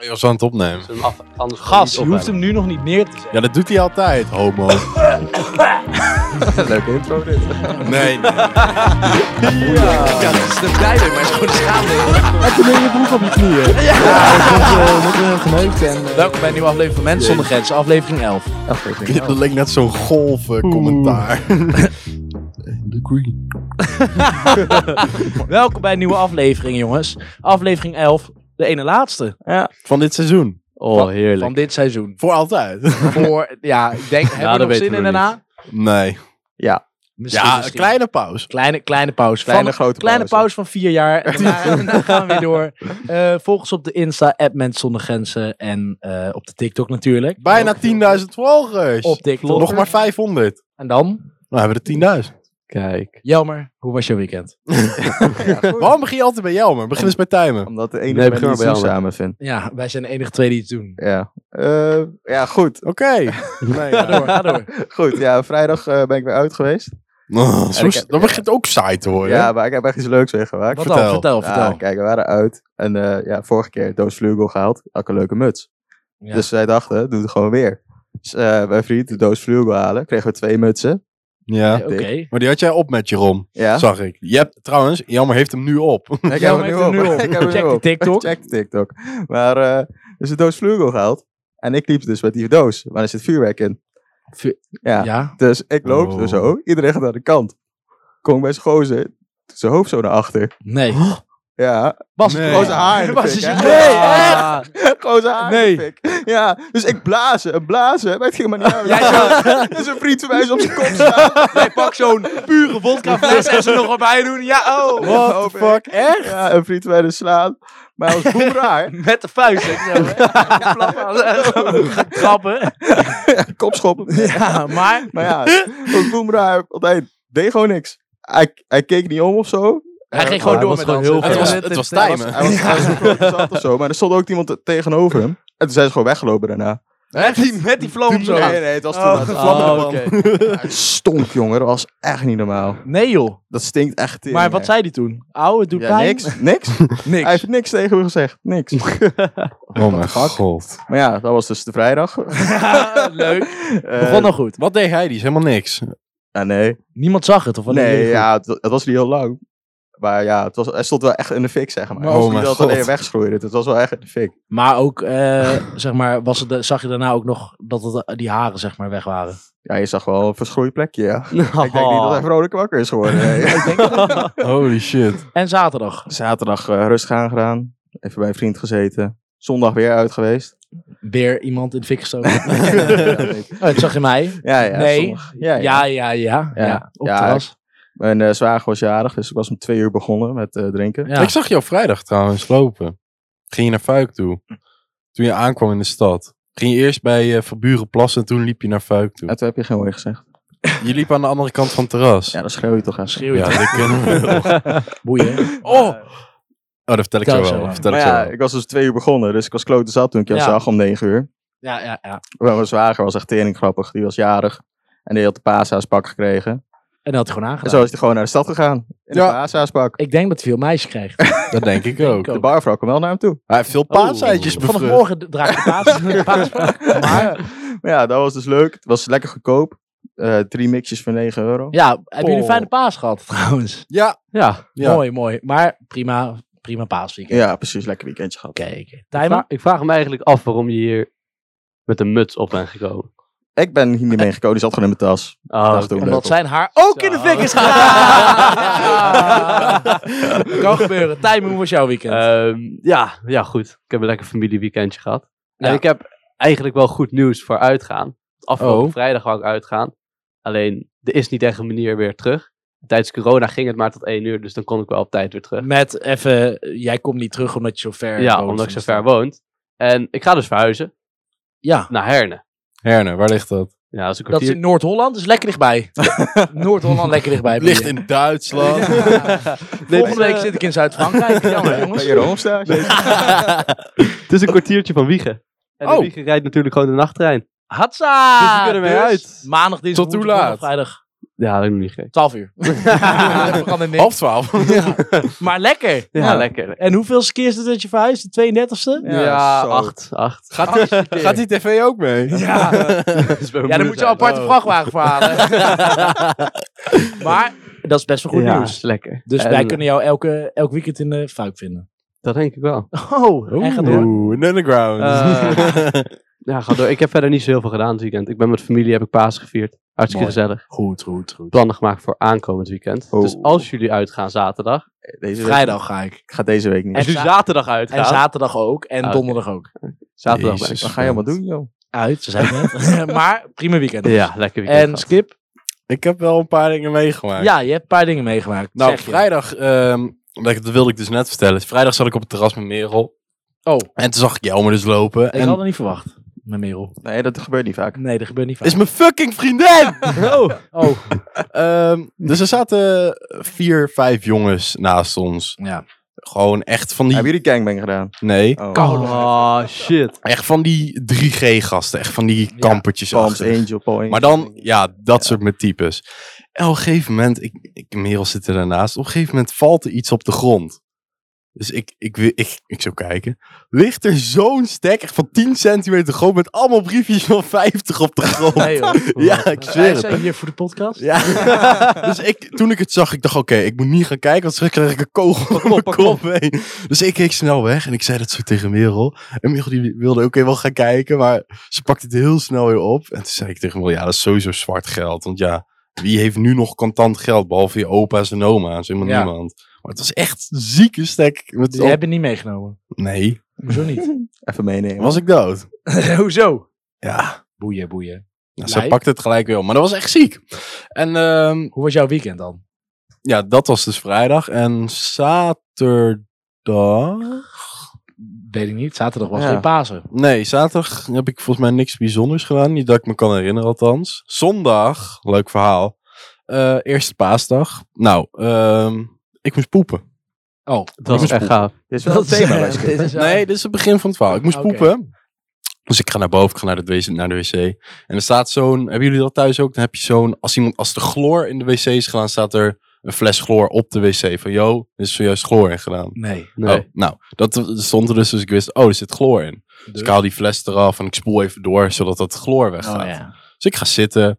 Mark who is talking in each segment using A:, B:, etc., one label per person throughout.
A: je was aan het opnemen.
B: Zullen we hem af, anders gewoon
C: Gas,
B: niet
C: je hoeft
B: opnemen?
C: hem nu nog niet neer te zetten.
A: Ja, dat doet hij altijd, homo.
B: Leuke intro dit.
A: Nee, nee.
D: Ja, dat is de blij mee, maar het is gewoon een schaamde.
C: je broek op je knieën.
D: Welkom bij een nieuwe aflevering van Mensen zonder Grenzen, aflevering 11.
A: Dat leek net zo'n golf-commentaar.
D: Welkom bij een nieuwe aflevering, jongens. Aflevering 11, de ene laatste. Ja.
A: Van dit seizoen.
C: Oh, heerlijk.
D: Van dit seizoen.
A: Voor altijd.
D: Voor, ja, ik denk, hebben
C: dat
D: we nog
C: weten
D: zin
C: we
D: in
C: niet.
D: daarna?
A: Nee.
D: Misschien,
A: Ja, Dus een
D: misschien.
A: kleine pauze.
D: Kleine, kleine pauze.
C: Kleine
D: Van-
C: grote
D: kleine
C: pauze.
D: pauze van vier jaar. En Daarna, daarna gaan we weer door. Eh volg ons op de Insta, app Mensen zonder Grenzen. En eh, op de TikTok natuurlijk.
A: Bijna 10.000 volgers.
D: Op TikTok.
A: Nog maar 500.
D: En dan,
A: Nou hebben we de 10.000.
C: Kijk,
D: Jelmer, hoe was je weekend?
A: Waarom begin je altijd bij jou, man? Begin eens bij Tijmen.
E: Omdat de enige
B: Nee,
E: mensen
B: begin
E: die
B: maar bij
E: het
B: Anne.
E: samen vindt.
D: Ja, wij zijn de enige twee die iets doen.
E: Ja. Eh, ja, goed.
A: Oké. Nee, ja.
D: Ga door, ga door.
E: Goed, ja, vrijdag eh, ben ik weer uit geweest.
A: Oh, zo
E: En ik
A: is-
E: heb-
A: dat begint ook saai te worden.
E: Ja, maar ik Ah, heb echt iets leuks weer gemaakt.
D: Oh, Wat
A: Vertel.
D: dan? Vertel,
E: Ja,
D: vertel.
E: kijk, we waren uit. En eh, ja, vorige keer Doos Vlugel gehaald. Had ik een leuke muts.
D: Ja.
E: Dus wij dachten, doe het gewoon weer. Dus eh, mijn vriend de Doos Vlugel halen. Kregen we twee mutsen.
A: Ja.
D: Oké.
A: Maar die had jij op met Jeroen,
E: Ja.
A: zag ik. Je hebt, trouwens, Jammer heeft hem nu op.
D: Jij
E: ik heb
D: maakt
E: hem
D: er
E: nu op. Ik heb hem nu
D: Check die
E: op.
D: TikTok.
E: Check de TikTok. Maar eh dus de Doos Vlugel gehaald. En ik liep dus met die doos. Maar er zit vuurwerk in.
D: Vuur-
E: Ja.
D: Ja.
E: Dus ik loop
A: Oh.
E: er zo, iedereen gaat naar de kant. Kom bij zijn gozer, doet zijn hoofd zo naar achter.
D: Nee.
E: Ja,
D: Bas,
A: Nee.
E: gewoon zijn haar in de
D: Bas
E: fik,
D: is
E: hè?
D: het-
E: Nee,
D: Ah.
E: gewoon zijn haar in de fik. Ja, dus ik blazen en blazen, maar het ging maar niet uit. En zijn vriend van mij is op zijn kop staan.
D: Jij pakt zo'n pure vodkafles en ze nog wat bij doen. Ja, oh.
E: What the fuck, echt? Ja, een vriend van mij dus slaan. Maar als boemraar,
D: Met de vuist. Hè, zo, hè. Flap aan. Trappen.
E: kopschop.
D: Ja, maar...
E: Maar ja, als boemraar, want hij deed gewoon niks. Hij, hij keek niet om of zo.
D: Hij ging
C: hij
D: gewoon door
C: was
D: met
C: gewoon
D: dansen.
C: heel
A: Het
C: Ja.
A: was,
D: Ja.
A: het was
E: Hij was,
A: Tijmen.
E: hij was, hij was ook wel interessant of zo, maar er stond ook iemand te- tegenover hem. En toen zijn ze gewoon weggelopen daarna.
D: Met die, met die vlam zo.
E: Nee, nee, het was toen Oh.
D: Oh,
E: uit de
D: oh,
E: vlammen, man.
D: oké.
E: Ja, Het stonk, jongen. Dat was echt niet normaal.
D: Nee, joh.
E: Dat stinkt echt tering,
D: Maar wat
E: hè.
D: zei hij toen? Auw, het doet
E: Ja,
D: pijn.
E: niks. Niks. Hij heeft niks tegen me gezegd. Niks.
A: Oh mijn god.
E: Maar ja, dat was dus de vrijdag.
D: Ja, Leuk.
E: Eh,
D: Begon nog goed.
A: Wat deed hij? Die is helemaal niks.
E: ja, nee.
D: Niemand zag het, of wat?
E: Nee, ja, het, het was niet heel lang. Maar ja, het was, hij stond wel echt in de fik, zeg maar.
D: Maar
A: oh
E: Hij was niet
A: mijn
E: dat
A: god.
E: alleen wegschroeide. Het was wel echt in de fik.
D: Maar ook, eh, zeg maar, was het, de- zag je daarna ook nog dat het, eh, die haren, zeg maar, weg waren? Oh.
E: Ja, je zag wel een verschroeid plekje, ja. Ik denk niet dat hij vrolijk wakker is geworden. nee.
A: Holy shit.
D: En zaterdag.
E: Zaterdag eh, rustig aangedaan. Even bij een vriend gezeten. Zondag weer uit geweest.
D: Weer iemand in de fik gestoken.
E: ja, nee.
D: Oh, dat zag je mij.
E: ja, ja,
D: Nee.
E: zondag. Ja,
D: Ja,
E: ja.
D: ja, ja. ja,
E: Ja.
D: Op
E: Ja,
D: terras.
E: Mijn eh, zwager was jarig, dus ik was om twee uur begonnen met eh, drinken.
D: Ja.
A: Ik zag jou vrijdag trouwens lopen. Ging je naar Fuik toe. Toen je aankwam in de stad. Ging je eerst bij eh Verburen plassen en toen liep je naar Fuik toe.
E: En toen heb je geen hooi gezegd.
A: Je liep aan de andere kant van het terras.
E: Ja, dan schreeuw je toch aan.
D: Schreeuw je
A: Ja,
D: toch?
A: dat kennen we wel.
D: Boeien.
A: Oh! Oh, dat vertel ik
D: Vertel
A: zo
D: ik zo
A: wel.
D: wel.
A: Vertel
E: Maar
A: ik zo
E: ja,
A: wel.
E: ik was dus twee uur begonnen, dus ik was klote zat toen ik jou
D: Ja.
E: zag om negen uur.
D: Ja, ja, ja.
E: Maar mijn zwager was echt tering grappig, die was jarig. En die had de paashaaspak gekregen.
D: En dat had hij gewoon
E: En
D: aangedaan.
E: zo is hij gewoon naar de stad gegaan. In
A: Ja.
E: de paashaaspak.
D: Ik denk dat hij veel meisjes krijgt.
A: Dat denk ik ook.
E: De barvrouw kwam wel naar hem toe.
A: Hij heeft veel paaseitjes
D: Vanaf
A: bevrucht.
D: morgen draag ik paas. paas-
E: Maar ja, dat was dus leuk. Het was lekker goedkoop. Eh, drie mixjes voor 9 euro.
D: Ja, hebben jullie een
A: Oh.
D: fijne paas gehad trouwens?
A: Ja.
C: ja.
A: Ja.
D: Mooi, mooi. Maar prima, prima paasweekend.
E: Ja, precies. Lekker weekendje gehad.
D: Oké, oké.
B: Ik
D: Tijmen?
B: vraag- Ik vraag me eigenlijk af waarom je hier met een muts op bent gekomen.
E: Ik ben hier niet
D: Eh,
E: mee gekomen, die zat gewoon in mijn tas.
D: oh,
B: Ah,
E: Dacht, doe hem
D: Omdat
E: leuk op.
D: zijn haar ook in de
B: Zo.
D: fik is gegaan. kan gebeuren. Tijmen, hoe was jouw weekend?
B: Ehm, ja, ja, goed. Ik heb een lekker familieweekendje gehad.
D: Ja.
B: En ik heb eigenlijk wel goed nieuws voor uitgaan. Afgelopen
A: Oh.
B: vrijdag wou ik uitgaan. Alleen, er is niet echt een manier weer terug. Tijdens corona ging het maar tot één uur, dus dan kon ik wel op tijd weer terug.
D: Met even, jij komt niet terug omdat je zo ver
B: ja,
D: woont.
B: omdat ik zo ver woont. En ik ga dus verhuizen
D: Ja,
B: naar Herne.
A: Herne, waar ligt dat?
B: Ja, dat is een
D: dat is
B: kwartier.
D: in Noord-Holland, dus lekker dichtbij. Noord-Holland lekker dichtbij.
A: Ligt
D: boeien.
A: in Duitsland.
D: Volgende week zit ik in Zuid-Frankrijk. Jammer,
E: Ben
D: jongens.
E: je erom staan?
B: Het is een kwartiertje van Wiegen. En
A: Oh.
B: in Wiegen rijdt natuurlijk gewoon de nachttrein.
D: Hatsa!
B: Dus we kunnen weer uit.
D: Maandag, dinsdag,
A: Tot hoe
D: woensdag,
A: laat?
D: vrijdag.
B: Ja, dat heb ik nog niet gekeken.
D: 12 uur. We gaan er niks.
A: Half twaalf.
D: Ja. Maar lekker.
B: Ja, lekker.
D: En hoeveelste keer is het dat je verhuist? De 32e?
E: Ja,
B: Ja,
E: zo.
B: acht. Acht.
A: Gaat, die- gaat die tv ook mee?
D: Ja. Ja, dan moet je een aparte
A: Oh.
D: vrachtwagen voor halen. maar dat is best wel goed
B: Goed
D: nieuws.
B: nieuws. Lekker.
D: Dus
B: En
D: wij kunnen jou elke, elk weekend in de fuik vinden.
B: Dat denk ik wel.
D: Oh, en gaat door.
A: Oeh, een underground.
B: Eh, Ja, ga door. Ik heb verder niet zo heel veel gedaan dit weekend. Ik ben met familie, heb ik paas gevierd. Hartstikke
D: Mooi.
B: gezellig.
D: Goed, goed, goed.
B: Plannen gemaakt voor aankomend weekend.
E: Oh.
B: Dus als jullie uitgaan zaterdag.
E: Deze week,
D: Vrijdag ga ik.
E: ik ga deze week niet.
B: Als jullie zaterdag uitgaan.
D: En zaterdag ook. En
B: Ah, oké.
D: donderdag ook.
B: zaterdag ben
A: Jezus.
E: Wat ga je allemaal doen, joh?
D: Uit, ze zijn net. maar prima weekend.
B: ik. Ja, lekker weekend.
D: En
B: gehad.
D: Skip?
A: ik heb wel een paar dingen meegemaakt.
D: Ja, je hebt een paar dingen meegemaakt.
A: nou,
D: Zeg je.
A: vrijdag, ehm, dat ik- dat wilde ik dus net vertellen. Vrijdag zat ik op het terras met Merel.
D: Oh.
A: En toen zag ik Jelmer dus lopen.
D: Ik
A: en
D: had het niet verwacht. Met Merel.
E: Nee, dat gebeurt niet vaak.
D: Nee, dat gebeurt niet vaak.
A: is mijn fucking vriendin!
D: Oh. oh.
A: Ehm, dus er zaten vier, vijf jongens naast ons.
D: Ja.
A: Gewoon echt van die...
E: Hebben jullie gangbang gedaan?
A: Nee,
E: Oh.
B: Oh, shit.
A: echt van die 3G-gasten. Echt van die
D: Ja.
A: kampertjes.
E: Palms
A: achter.
E: Angel, Paul Angel.
A: Maar dan, ja, dat soort met types. En op een gegeven moment, ik, ik, Merel zit er daarnaast. Op een gegeven moment valt er iets op de grond. Dus ik, ik, ik, ik, ik zou kijken. Ligt er zo'n stek, echt van 10 centimeter groot, met allemaal briefjes van 50 op de grond.
D: Nee, joh.
A: ja, ik
D: Wij
A: zweer het.
D: zijn hier voor de podcast.
A: Ja. dus ik, toen ik het zag, ik dacht, oké, ik moet niet gaan kijken, want straks krijg ik een kogel op mijn kop heen. Dus ik keek snel weg en ik zei dat zo tegen Merel. En Merel die wilde ook weer wel gaan kijken, maar ze pakte het heel snel weer op. En toen zei ik tegen Merel, ja, dat is sowieso zwart geld. Want ja, wie heeft nu nog contant geld, behalve je opa's en oma's, helemaal
D: Ja.
A: niemand. Maar het was echt zieke stek. Met
D: Die hebben niet meegenomen.
A: Nee,
D: Hoezo niet?
E: Even meenemen.
A: was ik dood.
D: Hoezo?
A: Ja,
D: Boeien, boeien.
A: nou, zij
D: Lijp.
A: pakte het gelijk weer op, maar dat was echt ziek. En ehm,
D: Hoe was jouw weekend dan?
A: ja, dat was dus vrijdag. En zaterdag.
D: Weet ik niet. Zaterdag was
E: Ja.
D: geen Pasen.
A: Nee, zaterdag heb ik volgens mij niks bijzonders gedaan. Niet dat ik me kan herinneren, althans. Zondag, leuk verhaal. Eh, eerste paasdag. Nou, ehm, ik moest poepen.
D: Oh,
B: Dat was echt gaaf.
E: Dit is wel een thema. bij Skip.
A: Nee, dit is het begin van het verhaal. Ik moest
D: Oké.
A: poepen. Dus ik ga naar boven, ik ga naar de, wc, naar de wc. En er staat zo'n. Hebben jullie dat thuis ook? Dan heb je zo'n. Als, iemand, als de chloor in de wc is gedaan, staat er een fles chloor op de wc. Van, yo, er is zojuist chloor in gedaan.
D: Nee.
B: Nee.
A: Oh, nou, dat stond er dus, dus ik wist, oh, er zit chloor in. Dus ik haal die fles eraf en ik spoel even door, zodat dat chloor weggaat.
D: Oh, ja.
A: Dus ik ga zitten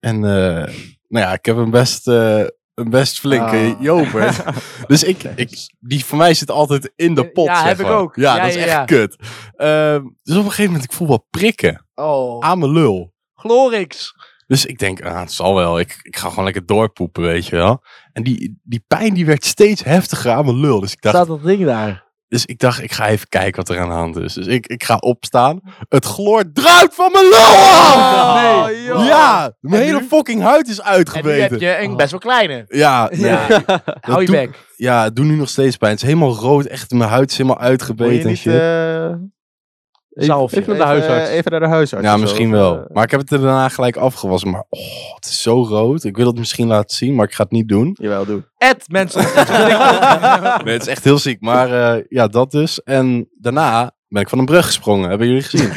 A: en, eh, nou ja, ik heb een best, eh, een best flinke
E: Ah.
A: joper. dus ik, ik, die voor mij zit altijd in de pot,
D: Ja,
A: zeg
D: heb ik
A: maar.
D: ook.
A: Ja,
D: Ja,
A: dat is
D: ja,
A: echt
D: ja.
A: kut. Ehm, dus op een gegeven moment, ik voel wat prikken
D: Oh.
A: aan mijn lul.
D: Glorix.
A: Dus ik denk, ah, het zal wel. Ik, ik ga gewoon lekker doorpoepen, weet je wel. En die, die pijn die werd steeds heftiger aan mijn lul. Dus ik dacht,
D: Staat dat ding daar?
A: Dus ik dacht, ik ga even kijken wat er aan de hand is. Dus ik, ik ga opstaan. Het gloor druipt van mijn lul af!
E: Oh,
D: Nee.
E: joh.
A: Ja, mijn
D: En
A: hele
D: nu?
A: fucking huid is
D: En nu heb
A: uitgebeten.
D: je een best wel kleine.
A: Ja, nee.
D: Ja.
A: Dat
D: Hou je
A: doet-
D: bek.
A: Ja, het doet nu nog steeds pijn. Het is helemaal rood. Echt, mijn huid is helemaal
E: Wil je
A: uitgebeten en
E: niet,
A: shit.
E: eh,
B: Zalfje. Even naar de huisarts.
E: Even naar de huisarts.
A: ja,
E: of zo?
A: misschien
E: Eh,
A: wel. Maar ik heb het er daarna gelijk afgewassen. Maar oh, het is zo rood. Ik wil het misschien laten zien, maar ik ga het niet doen.
E: Jawel, doe.
D: Ed, mensen.
A: Nee, het is echt heel ziek. Maar eh, ja, dat dus. En daarna ben ik van een brug gesprongen. Hebben jullie gezien?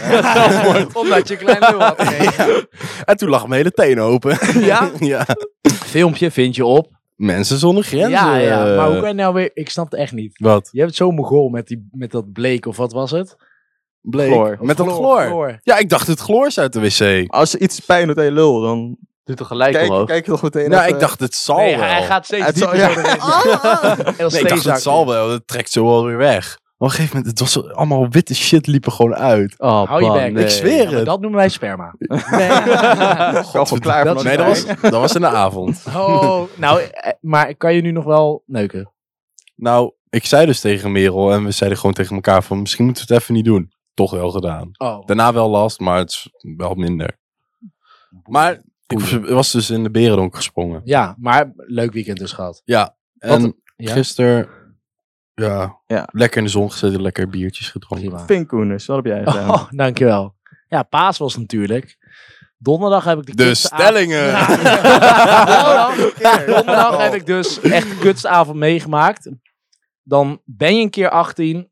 D: Omdat je een klein lul had.
A: En toen lag mijn hele teen open.
D: Ja?
A: ja.
D: Filmpje vind je op.
A: Mensen zonder grenzen.
D: Ja, ja. Maar hoe
A: eh,
D: kan je nou weer... Ik snap het echt niet.
A: Wat?
D: Je hebt zo'n mogol met, die, met dat bleek of wat was het?
A: Bleek.
E: Chloor.
A: Met dat chloor. Ja, ik dacht het chloor is uit de wc.
E: Als je iets pijn doet aan je lul, dan
B: Doet toch gelijk
E: kijk,
B: omhoog.
E: kijk toch meteen
A: Nou,
E: even-
A: ik dacht het zal
D: Nee,
A: wel.
D: hij gaat steeds
E: eh, Het zal-
D: dieper
E: ja.
D: zo erin.
A: nee,
D: Heel
A: ik dacht het
D: steenzak.
A: zal wel. Dat trekt zo wel weer weg. Maar op een gegeven moment, het was zo- allemaal witte shit liepen gewoon uit.
B: Oh,
D: Hou je
B: man,
D: bek.
B: nee.
A: Ik zweer
D: Ja, maar
A: het.
D: dat noemen wij sperma.
E: Ik kan gewoon klaar
D: dat-
E: van
A: nee, dat was, dat was in de avond.
D: Oh, nou, eh, maar kan je nu nog wel neuken?
A: Nou, ik zei dus tegen Merel en we zeiden gewoon tegen elkaar van misschien moeten we het even niet doen. Toch wel gedaan.
D: Oh.
A: Daarna wel last, maar het is wel minder. Maar ik was- was dus in de berendonk gesprongen.
D: Ja, maar leuk weekend dus gehad.
A: En
D: Ja?
A: Gisteren, ja,
E: Ja.
A: lekker in de zon gezeten, lekker biertjes gedronken.
D: Prima.
E: Pinkoeners, wat heb jij gedaan?
D: Oh, dankjewel. Ja, paas was natuurlijk. Donderdag heb ik de,
A: De
D: kutste
A: stellingen!
D: avond- Donderdag, donderdag heb ik dus echt de kutste avond meegemaakt. Dan ben je een keer 18.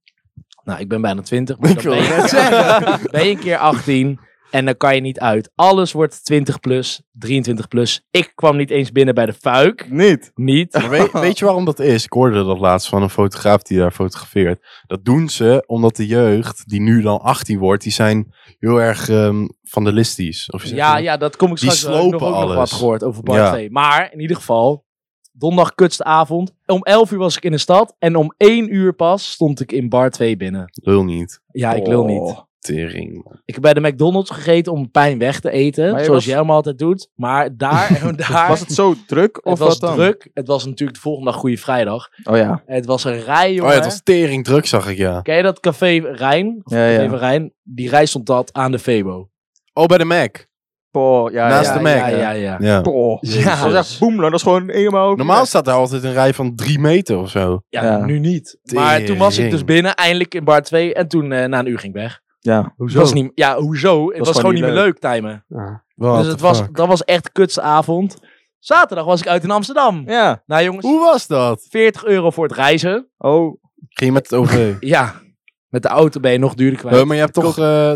D: Nou, ik ben bijna 20. Maar
A: Ik wil
D: dan ben, je,
A: net zeggen.
D: ben je een keer 18. En dan kan je niet uit. Alles wordt 20 plus, 23 plus. Ik kwam niet eens binnen bij de fuik.
E: Niet.
D: Niet.
A: Maar weet, weet je waarom dat is? Ik hoorde dat laatst van een fotograaf die daar fotografeert. Dat doen ze omdat de jeugd, die nu dan 18 wordt, die zijn heel erg ehm vandalistisch. Of je zegt
D: Ja,
A: dat?
D: ja, dat kom ik
A: Die
D: straks wel. Ik heb nog
A: slopen
D: ook nog
A: alles.
D: wat gehoord over part
A: Ja.
D: 2. Maar in ieder geval, donderdag avond. Om 11 uur was ik in de stad. En om 1 uur pas stond ik in bar 2 binnen.
A: Lul niet.
D: Ja, ik wil
E: Oh.
D: niet.
A: Tering. man.
D: Ik heb bij de McDonald's gegeten om pijn weg te eten.
E: Maar je
D: Zoals
E: was-
D: jij me altijd doet. Maar daar en daar.
E: Was het zo druk? Of
D: het was
E: wat dan?
D: druk. Het was natuurlijk de volgende dag Goede Vrijdag.
E: Oh ja.
D: Het was een rij,
A: Oh
D: jongen.
A: ja, het was tering druk, zag ik ja.
D: Ken je dat café Rijn? Of
E: Ja,
D: café
E: ja.
D: van Rijn? Die rij stond dat aan de Febo.
A: Oh, bij de Mac.
E: Poh, ja,
A: Naast
E: ja,
A: de
E: ja,
A: Mac.
D: Ja,
E: ja.
D: ja, ja.
A: Ja.
E: Poh.
D: Jezus.
E: Dat is echt boem, dat is gewoon helemaal...
A: Normaal staat daar altijd een rij van drie meter of zo.
D: Ja,
E: Ja.
D: nu niet. Maar toen was ik
A: Tering.
D: dus binnen, eindelijk in bar 2. En toen eh, na een uur ging ik weg.
E: Ja.
D: Hoezo? Was niet, ja, hoezo? Het was, gewoon niet meer leuk, timen.
B: Ah.
A: What
D: dus
A: the
D: het was,
A: fuck?
D: dat was echt kutse avond. Zaterdag was ik uit in Amsterdam.
E: Ja.
D: Nou jongens,
A: Hoe was dat?
D: 40 euro voor het reizen.
E: Oh.
A: Ging je met het OV?
D: Ja, met de auto ben je nog duurder kwijt.
A: Eh, maar je hebt toch eh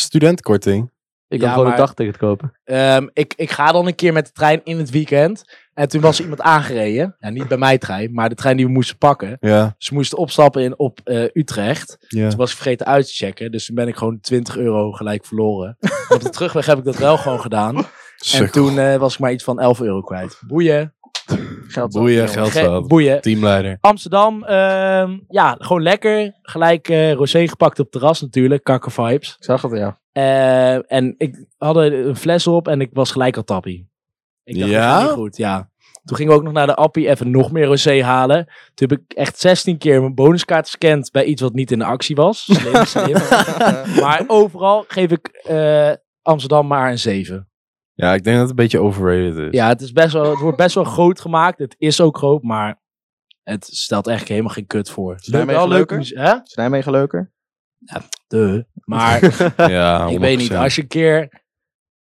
A: studentkorting?
B: Ik
D: Ja,
B: kan gewoon
D: maar-
B: een dagticket kopen.
D: Ehm, ik, ik ga dan een keer met de trein in het weekend. En toen was er iemand aangereden. Ja, niet bij mijn trein, maar de trein die we moesten pakken.
A: Ja.
D: Ze moesten opstappen in, op eh, Utrecht.
A: ja.
D: Toen was ik vergeten uit te checken. Dus toen ben ik gewoon 20 euro gelijk verloren. En op de terugweg heb ik dat wel gewoon gedaan. En
A: Sukkel.
D: toen eh, was ik maar iets van 11 euro kwijt. Boeien. Geld zat.
A: Boeien, geld
D: Ge-
A: zat.
D: Boeien.
A: Teamleider.
D: Amsterdam, ehm, ja, gewoon lekker. Gelijk eh rosé gepakt op terras natuurlijk. Kakker vibes.
E: Ik zag het, ja.
D: Eh, en ik had een fles op en ik was gelijk al tappie. Ik dacht,
A: Ja?
D: dat gaat niet goed, ja. Toen gingen we ook nog naar de appie even nog meer rosé halen. Toen heb ik echt 16 keer mijn bonuskaart gescand bij iets wat niet in de actie was. Slim, slim. maar overal geef ik eh, Amsterdam maar een 7.
A: Ja, ik denk dat het een beetje overrated is.
D: Ja, het, is best wel, het wordt best wel groot gemaakt. Het is ook groot, maar het stelt eigenlijk helemaal geen kut voor.
E: Nijmegen
D: wel
E: leuker?
D: muzie- hè?
E: Nijmegen leuker?
D: Duh. Maar
A: Ja,
D: ik weet niet,
A: 100%.
D: als je een keer...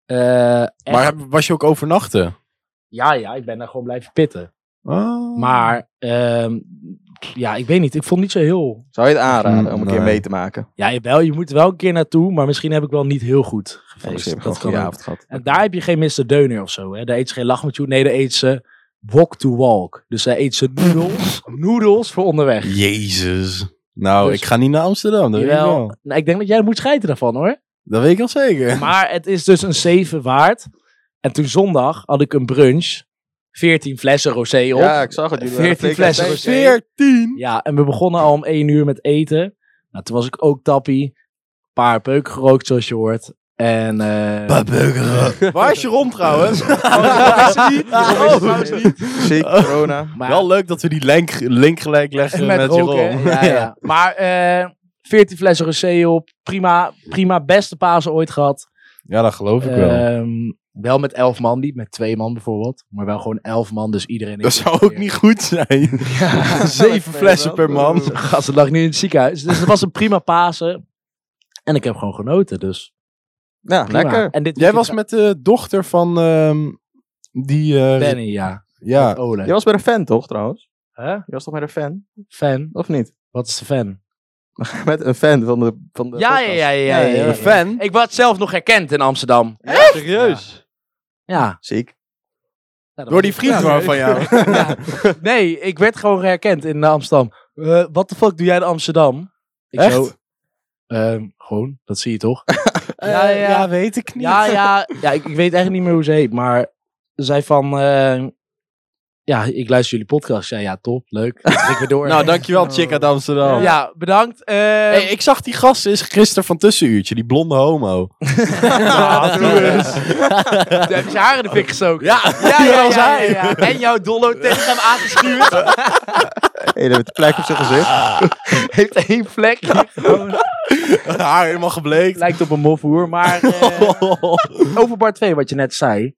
D: eh, echt-
A: Maar heb- was je ook overnachten?
D: Ja, ja, ik ben daar gewoon blijven pitten.
A: Oh.
D: Maar ehm, ja, ik weet niet. Ik vond het niet zo heel...
E: Zou je het aanraden om een keer
A: Nee.
E: mee te maken?
D: Ja, wel, je moet er wel een keer naartoe, maar misschien heb ik wel niet heel goed gefeest.
E: heb
D: dat kan
E: Oh, een
D: ook.
E: avond gehad.
D: En daar heb je geen Mr. Deuner of zo. Hè? Daar eet ze geen lachmatjoe. Nee, daar eet ze walk to walk. Dus daar eet ze noedels, noedels voor onderweg.
A: Jezus. Nou,
D: Dus-
A: ik ga niet naar Amsterdam. Dat weet ik
D: Jawel.
A: wel.
D: Nou, ik denk dat jij moet scheiden daarvan hoor.
A: Dat weet ik wel zeker.
D: Maar het is dus een 7 waard. En toen zondag had ik een brunch. 14 flessen rosé op.
E: Ja,
D: Ja,
E: ik zag het. Jullie
D: 14
E: waren twee keer
D: flessen
E: bij.
D: rosé.
A: 14.
D: en we begonnen al om 1 uur met eten. Nou, toen was ik ook tappie. Een paar peuken gerookt, zoals je hoort. En eh,
A: Waar is je rond trouwens? Oh.
E: trouwens Ziek, corona.
D: maar-
A: Wel leuk dat we die link, link gelijk leggen met,
D: met roken.
A: Jeroen.
D: Ja, ja. Maar eh 14 flessen rosé op. Prima, prima beste Pasen ooit gehad.
A: Ja, dat geloof ik wel.
D: Ehm, wel met 11 man, niet met 2 man bijvoorbeeld. Maar wel gewoon 11 man, dus iedereen...
A: Dat zou ook niet goed zijn. Zeven flessen per man.
D: Gasten lag nu in het ziekenhuis. Dus het was een prima Pasen. En ik heb gewoon genoten, dus.
E: Ja,
D: prima.
E: lekker.
D: En dit
A: Dus Jij
D: weekend
A: was met de dochter van ehm, die... eh,
D: Benny, ja.
A: ja,
D: Ole.
E: Je was bij een fan, toch, trouwens?
D: Hè?
E: Je was toch met een fan?
D: Fan?
E: Of niet?
D: Wat is de fan?
E: Met een fan van de van de
D: Ja, ja,
E: podcast.
D: ja, ja, ja, ja.
A: een fan.
D: Ik was zelf nog herkend in Amsterdam.
B: Serieus?
D: Ja.
E: Ziek.
D: Ja, dat
A: Door
D: was-
A: die vriend
D: Ja.
A: maar van jou.
D: Ja. Nee, ik werd gewoon herkend in eh, Amsterdam. Eh Wat de fuck doe jij in Amsterdam? Ik
A: Echt?
D: zo, ehm, gewoon, dat zie je toch? ja, Eh, ja.
A: weet ik
D: Ja, ja, ja ik, ik weet echt niet meer hoe ze heet, maar ze zei van, eh, ja, ik luister jullie podcast. Ja, ja, top, leuk. Dan druk weer door.
A: Nou, dankjewel, chick uit Amsterdam.
D: ja, bedankt. Eh,
A: Hey, ik zag die gast is gisteren van tussenuurtje, die blonde homo.
D: Ah,
A: doe eens.
D: Hij heeft zijn haar in de fik gestoken.
A: Ja,
D: ja, ja,
A: was
D: ja,
A: hij.
D: ja, ja. En jouw dollo tegen hem aangeschuurd.
E: Hey, dat heeft de plek op zijn gezicht.
D: Heeft één vlek.
A: Haar Ah, helemaal gebleekt.
D: Lijkt op een mofhoer, maar eh, over Bart 2, wat je net zei.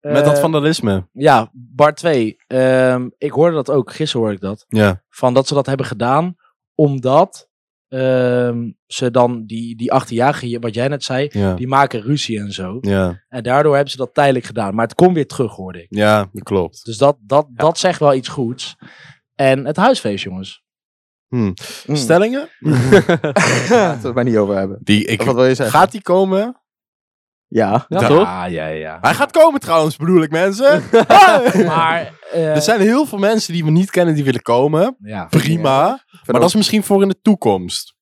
A: Met dat
D: Eh,
A: vandalisme.
D: Ja, Bart 2. ehm, ik hoorde dat ook, gisteren hoorde ik dat.
A: Ja.
D: van dat ze dat hebben gedaan omdat ehm, ze dan die, die 18-jarigen, wat jij net zei,
A: Ja.
D: die maken ruzie en zo.
A: Ja.
D: En daardoor hebben ze dat tijdelijk gedaan. Maar het komt weer terug, hoorde ik.
A: Ja, dat klopt.
D: Dus dat, dat, dat zegt wel iets goeds. En het huisfeest, jongens. Hmm.
E: Mm.
A: Stellingen?
E: Laten we het maar niet over hebben.
A: Die, ik,
E: Of wat wil je zeggen?
A: gaat die komen?
E: Ja.
B: Ja,
A: Da-
B: toch?
D: Ah, ja, ja.
A: Hij gaat komen trouwens, bedoel ik mensen.
D: Maar, eh,
A: er zijn heel veel mensen die we niet kennen die willen komen.
D: ja.
A: Prima. Maar dat is misschien voor in de toekomst.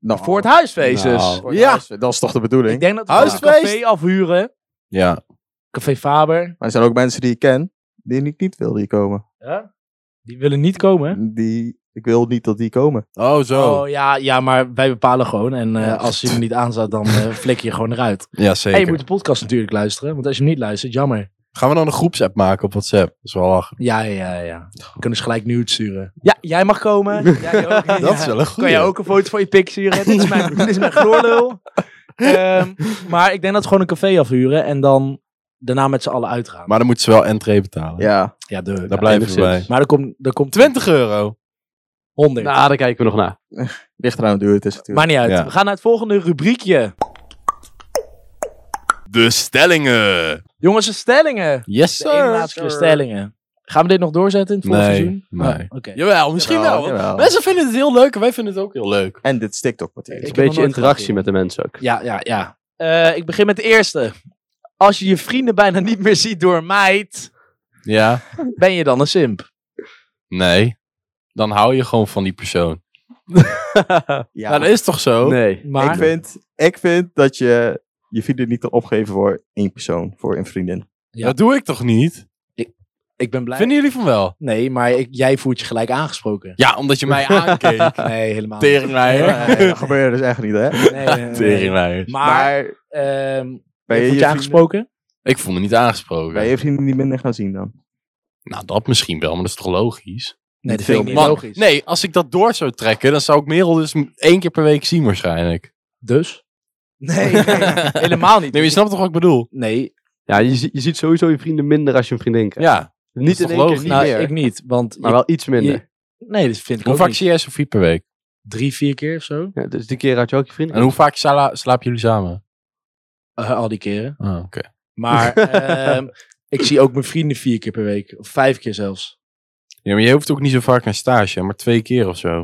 E: Nou,
C: Voor het huisfeest
D: Oh,
C: dus.
E: voor het
A: Ja.
E: huisfeest, Dat is toch de bedoeling?
D: Ik denk dat we een
A: Huisfeest.
D: café afhuren.
A: Ja.
D: Café Faber.
E: Maar er zijn ook mensen die ik ken, die ik niet wil die komen.
D: Ja? Die willen niet komen.
E: Die, ik wil niet dat die komen.
A: Oh, zo.
D: Oh ja, ja, maar wij bepalen gewoon. En eh,
E: Ja.
D: als je er niet aan staat, dan eh, flik je gewoon eruit.
A: Ja,
D: En
A: zeker.
D: je moet de podcast natuurlijk luisteren. Want als je hem niet luistert, jammer.
A: Gaan we dan een groepsapp maken op WhatsApp? Dat is wel lachen.
D: Ja, ja, ja. We kunnen ze gelijk nude sturen. Ja, jij mag komen. Jij ook.
A: Dat is wel een goede.
D: Kan jij ook een foto van je pik sturen? dit is mijn, dit is mijn gloorlul. Ehm, maar ik denk dat we gewoon een café afhuren en dan daarna met z'n allen uitgaan.
A: Maar dan moeten ze wel entree betalen.
E: Ja.
D: ja, de,
A: Daar blijven
B: enigszins.
A: we bij.
D: Maar er komt, er komt
A: 20 euro.
D: 100.
B: Nou, daar kijken we nog naar.
E: Ligt eraan hoe duur het is natuurlijk.
D: Maakt niet uit.
A: Ja.
D: We gaan naar het volgende rubriekje.
A: De stellingen.
D: Jongens, de stellingen.
A: Yes,
D: De ene laatste keer stellingen. Gaan we dit nog doorzetten in het volgende
A: Nee,
D: seizoen?
A: nee.
D: Ah, Oké.
A: Jawel, misschien
E: Jawel,
A: wel. want
E: jawel.
A: Mensen vinden het heel leuk en wij vinden het ook heel leuk.
E: En dit stikt ook meteen.
D: Ik
B: Een
D: heb nog
B: beetje
D: nooit
B: interactie
D: gehad,
B: met de mensen ook.
D: Ja, ja, ja. Eh, ik begin met de eerste. Als je je vrienden bijna niet meer ziet door een meid,
A: Ja.
D: ben je dan een simp?
A: Nee. Dan hou je gewoon van die persoon.
E: Ja.
A: Ja, Nou, dat is toch zo?
B: Nee.
D: Maar
E: Ik, vind, ik vind dat je je vrienden niet kan opgeven voor één persoon, voor een vriendin.
D: Ja.
A: Dat doe ik toch niet?
D: ik ben blij.
A: Vinden jullie van wel?
D: Nee, maar ik- jij voelt je gelijk aangesproken.
A: Ja, omdat je mij aankeek.
D: Nee, helemaal niet.
A: Teringleier.
E: Nee, dat gebeurt dus echt niet, hè? Maar,
D: Nee, nee, nee, nee.
A: Teringleijer.
D: Maar, ehm voelt je
E: ben je je, vrienden,
D: aangesproken?
A: Ik voel me niet aangesproken.
E: ben je vrienden niet minder gaan zien dan?
A: Nou, dat misschien wel, maar dat is toch logisch?
D: Nee, dat vind ik niet
A: Man,
D: logisch.
A: Nee, als ik dat door zou trekken, dan zou ik Merel dus m- één keer per week zien waarschijnlijk.
D: Dus? Nee, nee, helemaal niet.
A: Nee, je snapt toch wat ik bedoel?
D: Nee,
B: Ja, je, zie- je ziet sowieso je vrienden minder als je een vriendin krijgt.
A: Ja.
B: niet in
A: toch
B: één keer,
A: logisch?
B: niet
D: nou,
B: meer.
D: ik niet. Want
B: maar
D: je-
B: wel iets minder.
D: nee, dat vind ik
A: Hoe
D: ook
A: vaak
D: niet.
A: zie jij Sofie per week?
D: Drie, vier keer of zo.
B: Ja, dus die keer had je ook je vrienden.
A: En hoe vaak sala- slapen jullie samen?
D: Eh, al die keren.
A: Ah, oké.
D: Maar ehm, ik zie ook mijn vrienden vier keer per week. Of vijf keer zelfs.
A: Ja, maar je hoeft ook niet zo vaak naar stage, hè, maar twee keer of zo.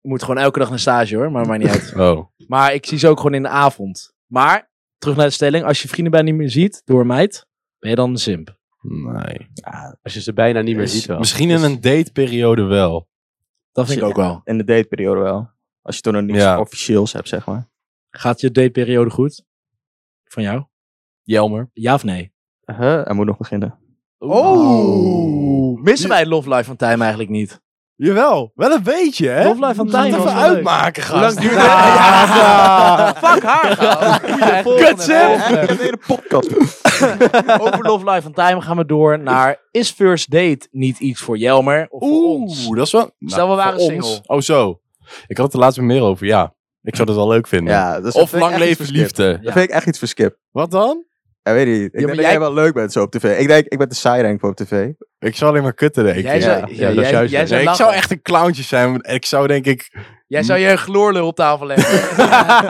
D: Ik moet gewoon elke dag naar stage hoor, maar maakt niet uit.
A: Oh.
D: Maar ik zie ze ook gewoon in de avond. Maar, terug naar de stelling. Als je vrienden bijna niet meer ziet door een meid, ben je dan een simp.
A: Nee.
B: Als je ze bijna niet meer
E: Dus-
B: ziet wel.
A: Misschien in een dateperiode wel.
D: Dat vind ik ook wel.
E: In de dateperiode wel. Als je toen nog niks
A: Ja.
E: officieels hebt, zeg maar.
D: Gaat je dateperiode goed? Van jou?
A: Jelmer.
D: Ja of nee?
E: Huh? Hij moet nog beginnen.
A: Oh.
D: Missen wij het Love Life van Tijm eigenlijk niet?
A: Jawel, wel een beetje, hè?
D: Love Life van Tijm was wel leuk.
A: gast. Hoe lang duurt
D: het?
A: Ja.
D: Fuck haar!
A: Kut, zeg.
E: Hij heeft een hele podcast.
D: Over Love Life van Tijm gaan we door naar... Is first date niet iets voor Jelmer of voor ons?
A: Oeh, dat is wel...
D: Stel, we waren
A: voor
D: single.
A: ons. Oh, zo. Ik had het er laatst met meer over, ja. Ik zou dat wel leuk vinden.
E: Ja, dat is-
A: Of
E: vind ik
A: lang
E: echt iets
A: leven
E: voor Skip.
A: liefde.
E: Dat vind ik echt iets voor Skip.
A: Wat dan?
E: Ja, weet je, ik denk
D: maar
E: dat jij
D: jij-
E: wel leuk bent zo op tv. Ik denk, ik ben de saai voor op tv.
A: Ik zou alleen maar kutten, denk ik.
D: Jij
E: zou-
D: ja, jij- jij
A: het.
D: zou
A: Nee, ik
D: lachen.
A: zou echt een clowntje zijn. want Ik zou denk ik...
D: Jij zou je gloorlul op tafel leggen.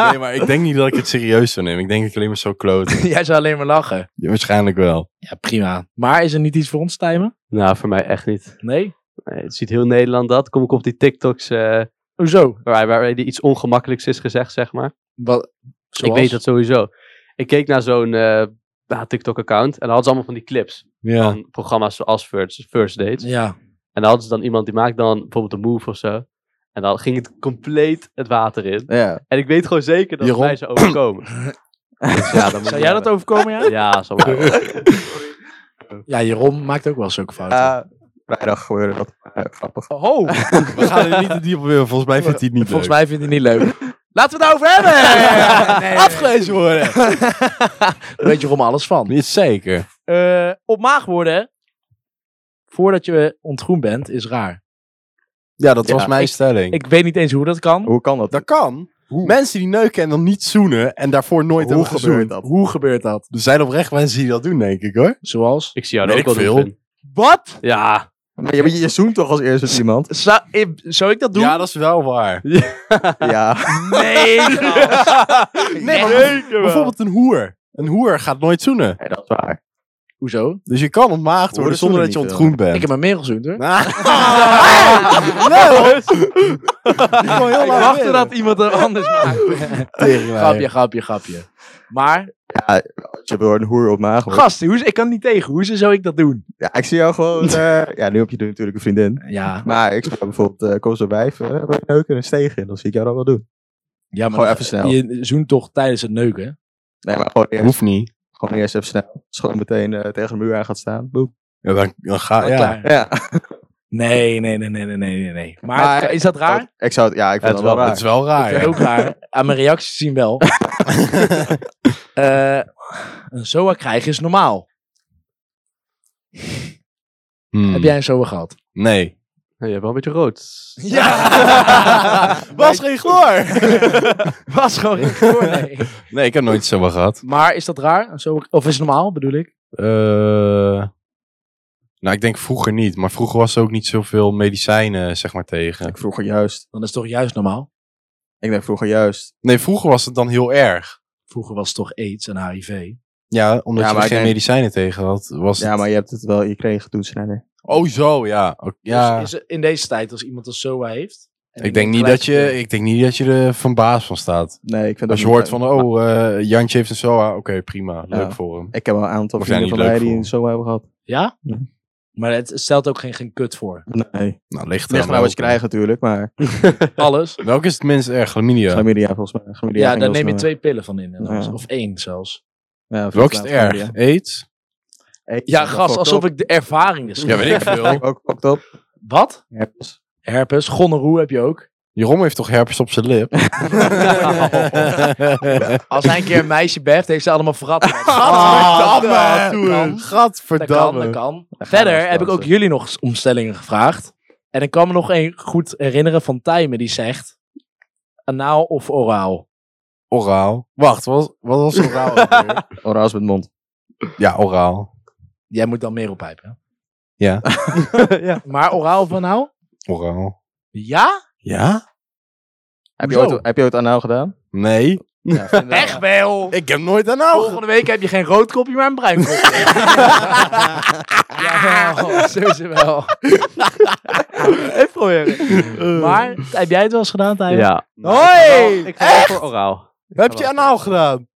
A: Nee, maar ik denk niet dat ik het serieus zou nemen. Ik denk dat ik alleen maar zo kloot.
D: Jij zou alleen maar lachen.
A: Ja, waarschijnlijk wel.
D: Ja, prima. Maar is er niet iets voor ons, Tijmen?
B: Nou, voor mij echt niet.
D: Nee?
B: Nee, het ziet heel Nederland dat. Kom ik op die TikToks eh
D: Hoezo?
B: waar, waar die iets ongemakkelijks is gezegd, zeg maar.
D: Wat,
B: Ik weet dat sowieso. Ik keek naar zo'n eh, nou, TikTok-account en dan hadden ze allemaal van die clips
A: Ja.
B: van programma's zoals First, First Dates.
D: Ja.
B: En dan hadden ze dan iemand die maakt dan bijvoorbeeld een move of zo. En dan ging het compleet het water in.
E: Ja.
B: En ik weet gewoon zeker dat het
A: Jeroen.
B: mij zou overkomen. Dus ja, dan moet
D: Zou
B: je-
D: jij dat overkomen, ja?
B: Ja, zal maar. wel.
D: Ja, Jeroen maakt ook wel zulke fouten.
E: Eh, vrijdag gebeurde dat. Eh, grappig.
D: oh,
A: We gaan er niet te diep op in. Volgens mij vindt hij het niet
D: volgens
A: leuk.
D: mij vindt hij niet leuk. Laten we het over hebben! Nee, nee, nee.
A: Afgelezen worden.
D: Daar weet Jeroen alles van.
A: Niet zeker.
D: Eh, op maag worden, voordat je ontgroen bent, is raar.
A: Ja, dat
E: Ja,
A: was mijn
D: ik-
A: stelling.
D: Ik weet niet eens hoe dat kan.
E: Hoe kan dat?
A: dat kan. Mensen die neuken en dan niet zoenen en daarvoor nooit
E: Hoe
A: hebben
E: gebeurt
A: gezoend.
E: dat?
D: Hoe gebeurt dat?
A: Er zijn oprecht mensen die dat doen, denk ik hoor.
D: Zoals?
B: Ik zie jou
A: Weet
B: er ook
A: ik
B: wel doen,
A: veel.
B: Finn.
D: Wat?
B: Ja.
E: Maar je, je zoent toch als eerste met iemand?
D: Zou ik, zou ik dat doen?
A: Ja, dat is wel waar.
E: Ja.
D: Nee, gast.
A: Nee, maar bijvoorbeeld een hoer. Een hoer gaat nooit zoenen.
E: Nee, dat is waar.
D: Hoezo?
A: Dus je kan ontmaagd worden
E: Hoeren
A: zonder dat je
E: zoenen
A: ontgroend bent.
D: Ik heb mijn merel gezoend hoor.
A: Nou. Nee, hoor.
D: ik wachtte dat iemand er anders maakte. grapje, grapje, grapje. Maar
E: Ja, je wil een hoer op mijn aangemaakt.
D: Gast, hoe, ik kan niet tegen. Hoe zou ik dat doen?
E: Ja, ik zie jou gewoon... eh, ja, nu heb je er natuurlijk een vriendin.
D: Ja,
E: Maar ik zou bijvoorbeeld... eh kom zo'n wijf, uh, neuken een steeg in. Dan zie ik jou dat wel doen.
D: ja
E: Gewoon even snel.
D: Je zoent toch tijdens het neuken?
E: Nee, maar gewoon eerst,
A: Hoeft niet.
E: gewoon eerst even snel. Als je gewoon meteen eh, tegen de muur aan gaat staan. Boep.
A: Ja, dan, dan ga
D: Dan
A: ja.
D: Oh, klaar.
E: Ja.
D: Nee, nee, nee, nee, nee, nee, nee, nee. Maar,
E: Maar-
D: is dat raar?
E: Ik zou het... Ja, ik vind
C: het
E: dat
C: is wel-
E: wel
A: Het
E: raar.
A: is wel raar.
D: Ik vind
A: ja.
D: het ook raar. Aan mijn reacties zien wel. Eh, een SOA krijgen is normaal.
A: Hmm.
D: Heb jij een SOA gehad?
A: Nee.
B: Ja, je hebt wel een beetje rood.
D: Ja!
A: Was geen chloor!
D: Was gewoon geen gehoor, nee.
A: Nee, ik heb nooit zomaar gehad.
D: Maar is dat raar? Een SOA Of is het normaal, bedoel ik?
A: Eh, nou, ik denk vroeger niet. Maar vroeger was er ook niet zoveel medicijnen, zeg maar, tegen.
E: Ik vroeger juist.
D: Dan is het toch juist normaal?
E: Ik denk vroeger juist.
A: Nee, vroeger was het dan heel erg.
D: Vroeger was het toch AIDS en HIV?
A: Ja, omdat
E: Ja,
A: je er
E: maar
A: geen
E: ik denk-
A: medicijnen tegen had. Was
E: Ja,
A: het-
E: maar je hebt het wel... Je kreeg het toen sneller.
A: Oh, zo, ja. Ook- ja.
D: Dus is er in deze tijd, als iemand een SOA heeft... en
A: ik, denk
D: iemand
A: niet dat je,
D: gelijk-
A: ik denk niet dat je er van baas van staat.
E: Nee, ik vind dat
A: Als je
E: niet
A: hoort
E: leuk.
A: van, oh, eh, Jantje heeft een SOA. Oké, prima. Leuk
E: Ja.
A: voor hem.
E: Ik heb wel een aantal
A: Of zijn
E: vrienden van
A: niet
E: mij
A: leuk
E: die
A: voor.
E: een zo hebben gehad.
D: Ja?
E: Ja.
D: Maar het stelt ook geen, geen kut voor.
E: Nee.
A: Nou, ligt
E: Het ligt
A: eraan
E: nou wat
A: welke.
E: je krijgt natuurlijk, maar...
D: Alles.
A: Welke is het minst erg?
E: Ja.
A: Chlamydia.
E: Chlamydia volgens mij. Chlamydia
D: Ja,
E: ging
D: daar
E: heel
D: neem je
E: snel
D: twee pillen van in.
E: Ja.
D: Of één zelfs.
E: weg. Ja,
A: Welke is het
E: chlamydia.
A: erg? AIDS?
E: Hey,
D: Ja,
E: dat
D: gast,
E: fucked
D: alsof
E: up.
D: ik de ervaring is.
A: Ja, weet ik veel.
E: Ook fucked up.
D: Wat?
E: Herpes.
D: Herpes, gonorroe heb je ook.
A: Jeroen heeft toch herpes op zijn lip?
D: Als hij een keer een meisje beft, heeft ze allemaal verrat.
A: Gadverdamme!
D: Ah, dat kan. Dat kan, dat
A: Gadverdamme.
D: kan.
E: gaan we
D: Verder heb ik
E: dansen.
D: ook jullie nog omstellingen gevraagd. En ik kan me nog één goed herinneren van Tijmen die zegt... Anaal of oraal?
A: Oraal. Wacht, wat, wat was oraal? ook weer?
E: Oraals Oh, met mond.
A: ja, oraal.
D: Jij moet dan meer ophijpen.
A: Ja.
D: ja. Maar oraal of anaal?
A: Oraal.
D: Ja?
A: Ja?
E: Heb je,
D: Hoezo?
E: ooit, heb je ooit anaal gedaan?
A: Nee.
D: Echt wel!
A: Ik heb nooit aan nou ge-
D: Volgende week heb je geen rood kopje, maar een bruin kopje. ja, zo is het wel.
C: Even proberen.
D: Maar heb jij het wel eens gedaan, Tijmen?
B: Ja.
A: Hoi!
B: Ik ga wel voor oraal.
A: Heb je anaal gedaan?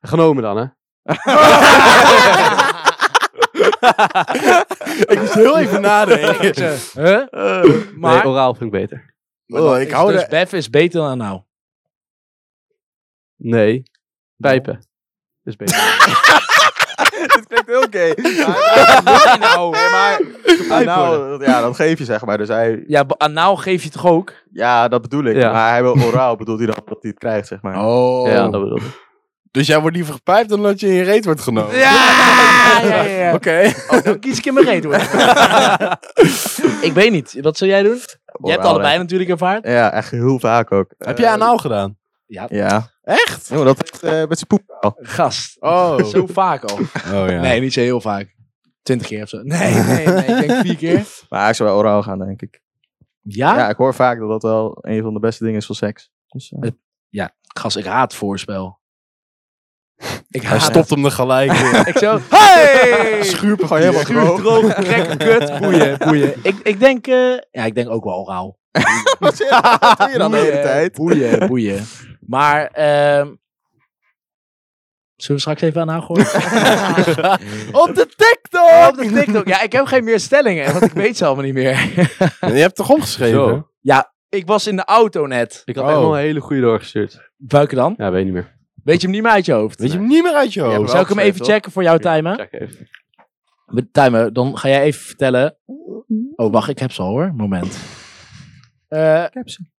B: Genomen dan, hè?
A: Ik moest heel even nadenken.
D: Huh? Eh, Maar
B: Nee, oraal vind ik beter.
A: Oh, ik hou
D: dus
A: er...
D: Bef is beter dan nou.
B: Nee. Pijpen. Is beter.
E: Dit klinkt heel gay.
D: nou?
E: Nee, maar anaal, ja, dat geef je zeg maar. Dus hij,
D: Ja, b- anaal geef je toch ook?
E: ja, dat bedoel ik.
B: Ja.
E: Maar hij wil oraal, bedoelt hij dan dat hij het krijgt zeg maar.
A: Oh.
B: Ja, dat bedoel ik.
A: Dus jij wordt liever gepijpt dan dat je in je reet wordt genomen?
D: Ja, ja,
A: Oké.
D: Oh, dan kies ik in mijn reet hoor. ik weet niet. Wat zou jij doen? Je hebt
E: Oraal,
D: allebei natuurlijk ervaard.
E: hè. Ja, echt heel vaak ook. Eh,
A: Heb jij anaal gedaan?
D: Ja,
E: Ja.
A: Echt?
E: Jongen, dat heeft, eh, met zijn poep. al.
D: gast.
A: Oh.
D: Zo vaak al.
A: Oh ja.
D: Nee, niet zo heel vaak. Twintig keer of zo. Nee, nee, nee. Ik denk vier keer.
E: Maar ik zou wel oraal gaan, denk
A: Ah?
E: ik.
D: Ja?
E: Ja, ik hoor vaak dat dat wel een van de beste dingen is van seks. Dus, eh,
D: Gast, ik haat voorspel. Ik
A: Hij
D: haat
A: stopt hem er gelijk in.
D: Ik zo... Hey!
A: Schuurpapier.
E: Gewoon helemaal droog.
D: droog, gek, kut, boeien, boeien. Ik, ik denk, eh, ja, ik denk ook wel oraal.
E: Wat zeg je dan? Wat doe je dan de hele
A: eh,
D: Boeien,
E: tijd?
D: Boeien, boeien. Maar, ehm zullen we straks even aan haar gooien?
A: Op de
D: Oh,
A: TikTok!
D: op de TikTok. Ja, ik heb geen meer stellingen, want ik weet ze allemaal niet meer.
A: Je hebt toch opgeschreven?
B: Zo.
D: Ik was in de auto net.
B: Ik had
A: Oh.
B: echt wel een hele goede doorgestuurd.
D: Welke dan?
B: Ja, weet je niet meer.
D: Weet je hem niet meer uit je hoofd?
A: Weet je hem niet meer uit je
E: Ja,
A: hoofd?
E: maar-
D: Zou ik hem
E: Wel
D: even
E: geschreven,
D: checken voor jou, Tijmen?
B: Check even.
D: Timer, dan ga jij even vertellen. Oh, wacht, ik heb ze al hoor. Moment. Eh,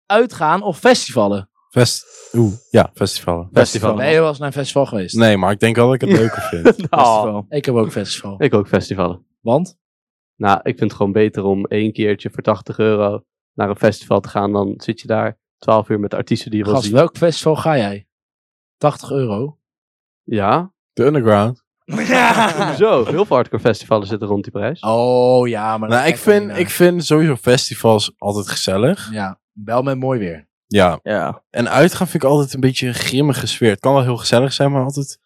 D: uitgaan of festivalen?
A: Fest... Oeh, ja, festivalen.
E: Festival.
D: Nee, je was naar een festival geweest.
A: Nee, maar ik denk wel dat ik het leuker vind.
E: Festival.
D: Ik heb ook festival.
B: Ik ook festivalen.
D: Want?
B: Nou, ik vind het gewoon beter om één keertje voor 80 euro naar een festival te gaan. Dan zit je daar 12 uur met artiesten die je wil
D: Gast,
B: zien.
D: welk festival ga jij? 80 euro.
B: Ja,
A: De underground.
B: Zo, heel veel hardcore festivals zitten rond die prijs.
D: Oh ja, maar...
A: Nou,
D: dat
A: ik
D: kijk
A: vind,
D: niet
A: ik vind sowieso festivals altijd gezellig.
D: naar. Ja, wel met mooi weer.
A: Ja.
E: Ja.
A: En uitgaan vind ik altijd een beetje een grimmige sfeer. Het kan wel heel gezellig zijn, maar altijd...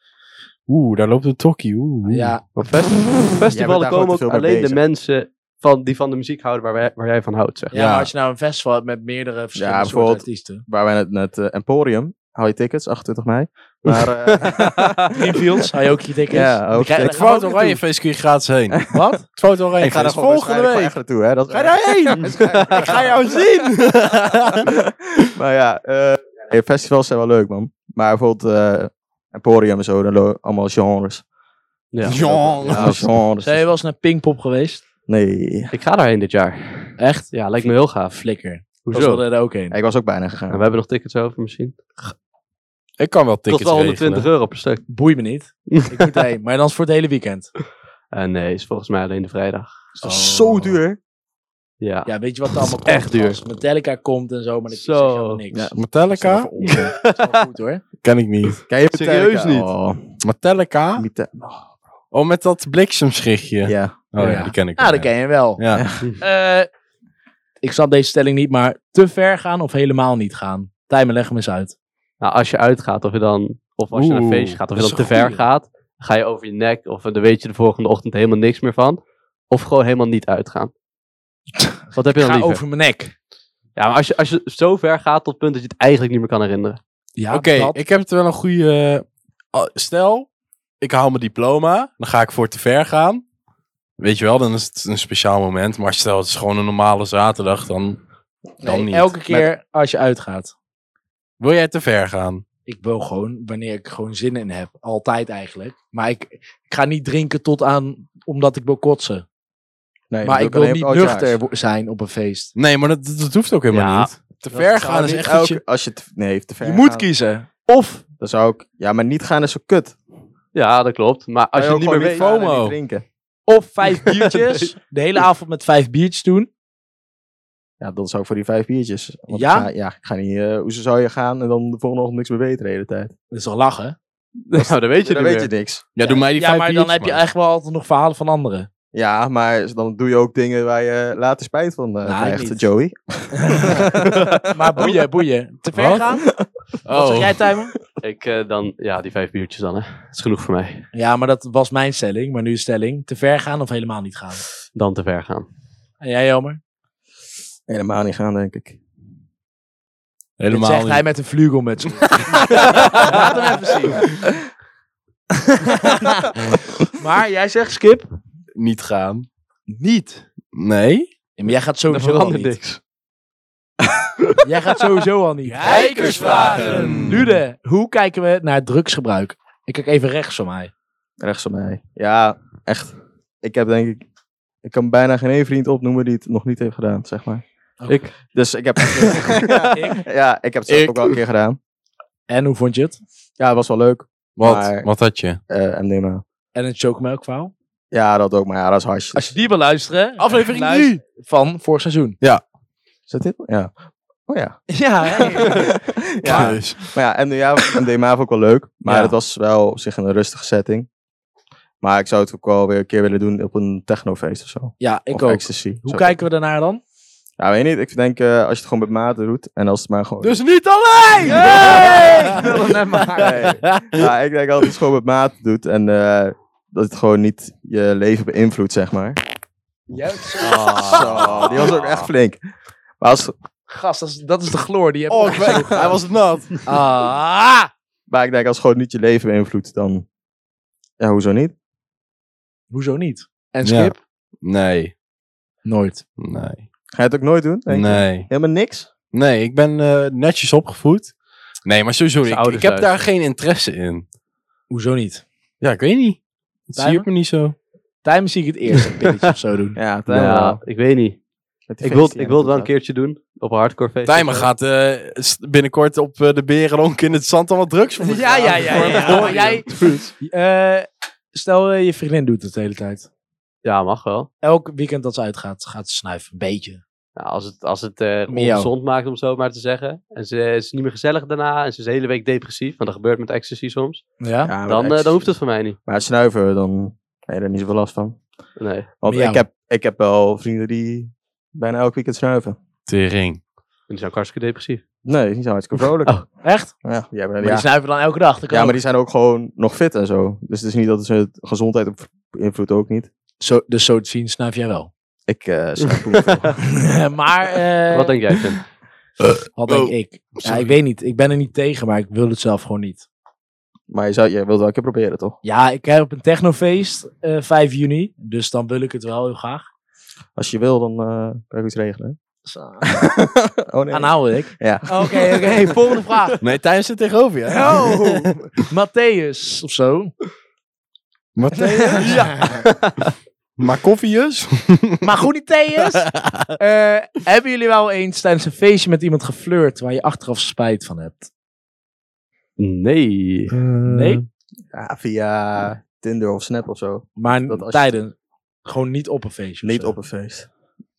A: Oeh, daar loopt een tokkie. Oeh. oeh.
D: Ja,
B: Want fest-
E: daar
B: festivalen
E: gewoon
B: komen
E: te
B: ook
E: veel mee
B: alleen de
E: bezig.
B: mensen van, die van de muziek houden waar, wij- waar jij van houdt, zeg.
D: ja,
A: Ja.
D: maar als je nou een festival hebt met meerdere verschillende soorten
E: bijvoorbeeld-
D: artiesten.
E: Waar wij net, net eh, Emporium. Hou je tickets, 28 mei. Maar eh,
D: Greenfields, hou je ook je tickets?
E: Ja,
D: Dan
E: ook.
D: krijg-
A: Het
D: dan gaan we
A: Fout
D: ook
A: Oranje feest kun je gratis heen. Wat? Het Fout Oranje
E: ik ga daar
A: feest
E: gewoon
A: volgende
E: waarschijnlijk gewoon
A: week.
E: echt naartoe. Hè? Dat,
A: Ga je daarheen? Ik ga jou zien.
E: maar ja, eh, nee, festivals zijn wel leuk, man. Maar bijvoorbeeld eh, Emporium en zo, dan lo- allemaal genres.
B: Ja.
E: Ja, genres.
D: Zijn je wel eens naar Pinkpop geweest?
E: Nee.
B: Ik ga daarheen dit jaar.
D: Echt?
B: Ja, lijkt me heel gaaf.
D: Flikker. Hoezo?
B: Hoezo?
D: Was er ook heen.
E: Ik was ook bijna
B: En
E: gegaan.
B: we hebben nog tickets over misschien.
A: Ik kan wel
B: Kost
A: tickets
B: wel
A: regelen.
B: 120 euro per stuk.
D: Boei me niet. Ik moet heen. Maar dan is voor het hele weekend.
B: Eh, nee, is volgens mij alleen de vrijdag.
E: Het is
D: Oh.
E: zo duur.
B: Ja.
D: Ja, weet je wat er allemaal
B: echt
D: komt?
B: duur.
D: Als Metallica komt en zo, maar dat is
B: Zo.
D: echt helemaal niks.
E: Ja.
A: Metallica?
D: Dat is wel goed hoor.
A: Ken ik niet.
E: Ken je
B: Serieus
E: Metallica?
B: niet?
E: Oh,
A: Metallica?
E: Meta-
A: Oh, met dat bliksemschichtje.
E: Ja.
A: Oh ja,
D: Ja.
A: die ken ik
D: Ja,
A: wel,
D: dat ken je wel.
A: Ja.
D: Eh, ik snap deze stelling niet, maar te ver gaan of helemaal niet gaan? Tijmen, leg hem eens uit.
B: Nou, als je uitgaat of je dan, of als je naar een
A: Oeh,
B: feestje gaat, of je
A: dat
B: dan te
A: is een
B: ver
A: goeie.
B: gaat, ga je over je nek, of eh, dan weet je de volgende ochtend helemaal niks meer van. Of gewoon helemaal niet uitgaan. Wat heb je dan
D: Ga
B: liever?
D: over mijn nek.
B: Ja, maar als je, als je zo ver gaat tot het punt dat je het eigenlijk niet meer kan herinneren.
D: Ja,
A: Oké,
D: dat.
A: ik heb het wel een goede. eh, ah, Stel, ik haal mijn diploma, dan ga ik voor te ver gaan. Weet je wel, dan is het een speciaal moment. Maar stel, het is gewoon een normale zaterdag, dan, dan
D: Nee,
A: niet.
D: Elke keer als je uitgaat.
A: Wil jij te ver gaan?
D: Ik wil gewoon, wanneer ik gewoon zin in heb. Altijd eigenlijk. Maar ik, ik ga niet drinken tot aan, omdat ik wil kotsen.
E: Nee,
D: maar ik wil niet nuchter
E: luchter.
D: wo- zijn op een feest.
A: Nee, maar dat, dat hoeft ook helemaal
B: Ja.
A: niet. Te ver gaan is echt. iets-
E: Als je te- nee, te ver
D: Je moet
E: gaat,
D: kiezen.
B: Of,
E: Dan zou ik... Ja, maar niet gaan is zo kut.
B: ja, dat klopt. Maar als je, niet meer weet,
A: niet FOMO.
E: FOMO. drinken.
D: Of vijf biertjes. De hele avond met vijf biertjes doen.
E: Ja, dan zou ik voor die vijf biertjes. Want
D: Ja?
E: Ik ga, ja, ik ga niet... eh, hoezo zou je gaan en dan de volgende ochtend niks meer weten de hele tijd?
D: Dat is toch lachen?
B: nou, dan weet je
E: dan
B: het niet
E: weet
B: meer.
E: je niks.
A: ja, doe mij die
D: ja,
A: vijf
D: maar dan
A: biertjes
D: heb je
A: maar.
D: eigenlijk wel altijd nog verhalen van anderen.
E: Ja, maar dan doe je ook dingen waar je later spijt van eh
D: Nou, ik
E: krijgt,
D: niet.
E: Joey.
D: Maar boeien, boeien. Te ver
A: Wat?
D: gaan? Wat zeg
A: Oh.
D: jij, Tijmen?
B: Ik eh, dan, ja, die vijf biertjes dan, hè. Dat is genoeg voor mij.
D: Ja, maar dat was mijn stelling. Maar nu is stelling. Te ver gaan of helemaal niet gaan.
B: Dan te ver gaan.
D: En jij, Jomer?
E: Helemaal niet gaan, denk ik.
D: Dit
A: Helemaal
D: zegt
A: niet.
D: hij met een vlugel met z'n
E: Laat hem even zien.
D: Maar jij zegt, Skip?
A: Niet gaan. Niet? Nee.
D: Ja, maar jij gaat
B: Dan
D: sowieso al
B: verandert
D: niet.
B: niks.
D: Jij gaat sowieso al niet.
A: Kijkersvragen.
D: Lude, hoe kijken we naar drugsgebruik? Ik kijk even rechts van mij.
E: Rechts van mij. Ja, echt. Ik heb denk ik... Ik kan bijna geen één vriend opnoemen die het nog niet heeft gedaan, zeg maar.
B: Ik,
E: Dus ik heb...
D: Ik.
E: ja, ik heb het zelf
A: Ik.
E: ook wel een keer gedaan.
D: En hoe vond je het?
E: Ja, het was wel leuk.
A: Wat,
E: Maar-
A: wat had je?
E: Eh MDMA.
D: En het chocomelk verhaal?
E: Ja, dat ook. Maar ja, dat is hash.
D: Als je die wil luisteren.
A: Dus
D: eh,
A: Aflevering
D: luister-
A: 3.
D: Van vorig seizoen.
E: Is dat dit? Ja. Oh ja.
D: Ja.
E: ja. Maar ja, MDMA, MDMA vond ik wel leuk. Maar
A: Ja.
E: het was wel op zich een rustige setting. Maar ik zou het ook wel weer een keer willen doen op een technofeest of zo.
D: Ja, ik
E: of
D: ook.
E: ecstasy.
D: Hoe
E: Zo.
D: kijken we daarnaar dan?
E: Ja, weet je niet. Ik denk, eh, als je het gewoon met mate doet. En als het maar gewoon...
A: Dus niet alleen!
E: Ik wil het net maar. Nee. Ja, ik denk altijd het gewoon met mate doet. En eh, dat het gewoon niet je leven beïnvloedt, zeg maar. Zo, die was ook echt flink. Maar als,
D: Gast, dat is, dat is de gloor die je hebt.
A: Oh, ik weet- hij was het nat.
D: Ah!
E: maar ik denk, als het gewoon niet je leven beïnvloedt, dan... Ja, hoezo niet?
D: Hoezo niet? En
A: Ja.
D: Skip?
A: Nee.
D: Nooit.
A: Nee.
E: Ga je het ook nooit doen? denk je?
A: Nee.
E: Helemaal niks?
A: Nee, ik ben eh, netjes opgevoed. Nee, maar sowieso,
B: Zijn
A: ik, ik
B: ouders
A: heb daar
B: luisteren.
A: geen interesse in.
D: Hoezo niet?
A: Ja, ik weet niet. Dat zie je
D: Timer?
A: op me niet zo.
D: Tijmen zie ik het eerst een pilletje of zo doen.
E: Ja, eh,
B: ja, ik weet niet. Ik wil, ik wil het wel een keertje doen. Op een hardcore feest.
A: Tijmen gaat eh, s- binnenkort op eh, de Berenonk in het zand allemaal drugs voor
D: Ja, ja, ja. ja, ja. Maar jij, Eh, stel, eh, je vriendin doet het de hele tijd.
B: Ja, mag wel.
D: Elk weekend dat ze uitgaat, gaat ze snuiven. Een beetje.
B: Nou, als het, als het eh
D: Miauw.
B: ongezond maakt, om het zo maar te zeggen. En ze is niet meer gezellig daarna. En ze is de hele week depressief. Want dat gebeurt met ecstasy soms.
D: Ja?
B: Dan, eh, dan hoeft het voor mij niet.
E: Maar snuiven, dan heb je er niet zoveel last van.
B: Nee.
E: Want
D: Ja.
E: ik heb, ik heb wel vrienden die bijna elk weekend snuiven.
A: Tering.
B: En die zijn ook hartstikke depressief.
E: Nee, die zijn hartstikke vrolijk.
B: Oh.
D: Echt?
E: Ja, die hebben,
D: Maar die
E: ja.
D: snuiven dan elke dag. dat kan
E: ja, maar
D: ook.
E: die zijn ook gewoon nog fit en zo. Dus het is niet dat ze het gezondheid op invloed ook niet.
D: Zo, dus zo te zien snuif jij wel.
E: Ik eh snuif niet veel.
D: maar eh,
B: Wat denk jij, Tim?
D: Had denk
A: wow.
D: ik. Ja, ik weet niet. Ik ben er niet tegen, maar ik wil het zelf gewoon niet.
E: Maar je, zou, je wilt wel een keer proberen, toch?
D: Ja, ik heb een technofeest eh 5 juni. Dus dan wil ik het wel heel graag.
E: Als je wil, dan eh, kan ik iets regelen. Oh nee.
D: Aanhouden ik.
E: Ja.
D: Oké, oké. volgende vraag.
A: Nee, Thijs zit tegenover je. hè?
D: Oh, Matthäus of zo.
A: Matthäus? Maar dus? koffies?
D: Maar goed, Matthäus. eh, hebben jullie wel eens tijdens een feestje met iemand geflirt waar je achteraf spijt van hebt?
B: Nee.
D: Nee.
E: Eh, Ja, via Tinder of Snap of zo.
D: Maar
E: Dat als je-
D: tijdens. Gewoon niet op een feestje. of
E: Niet
D: zo.
E: op een feest.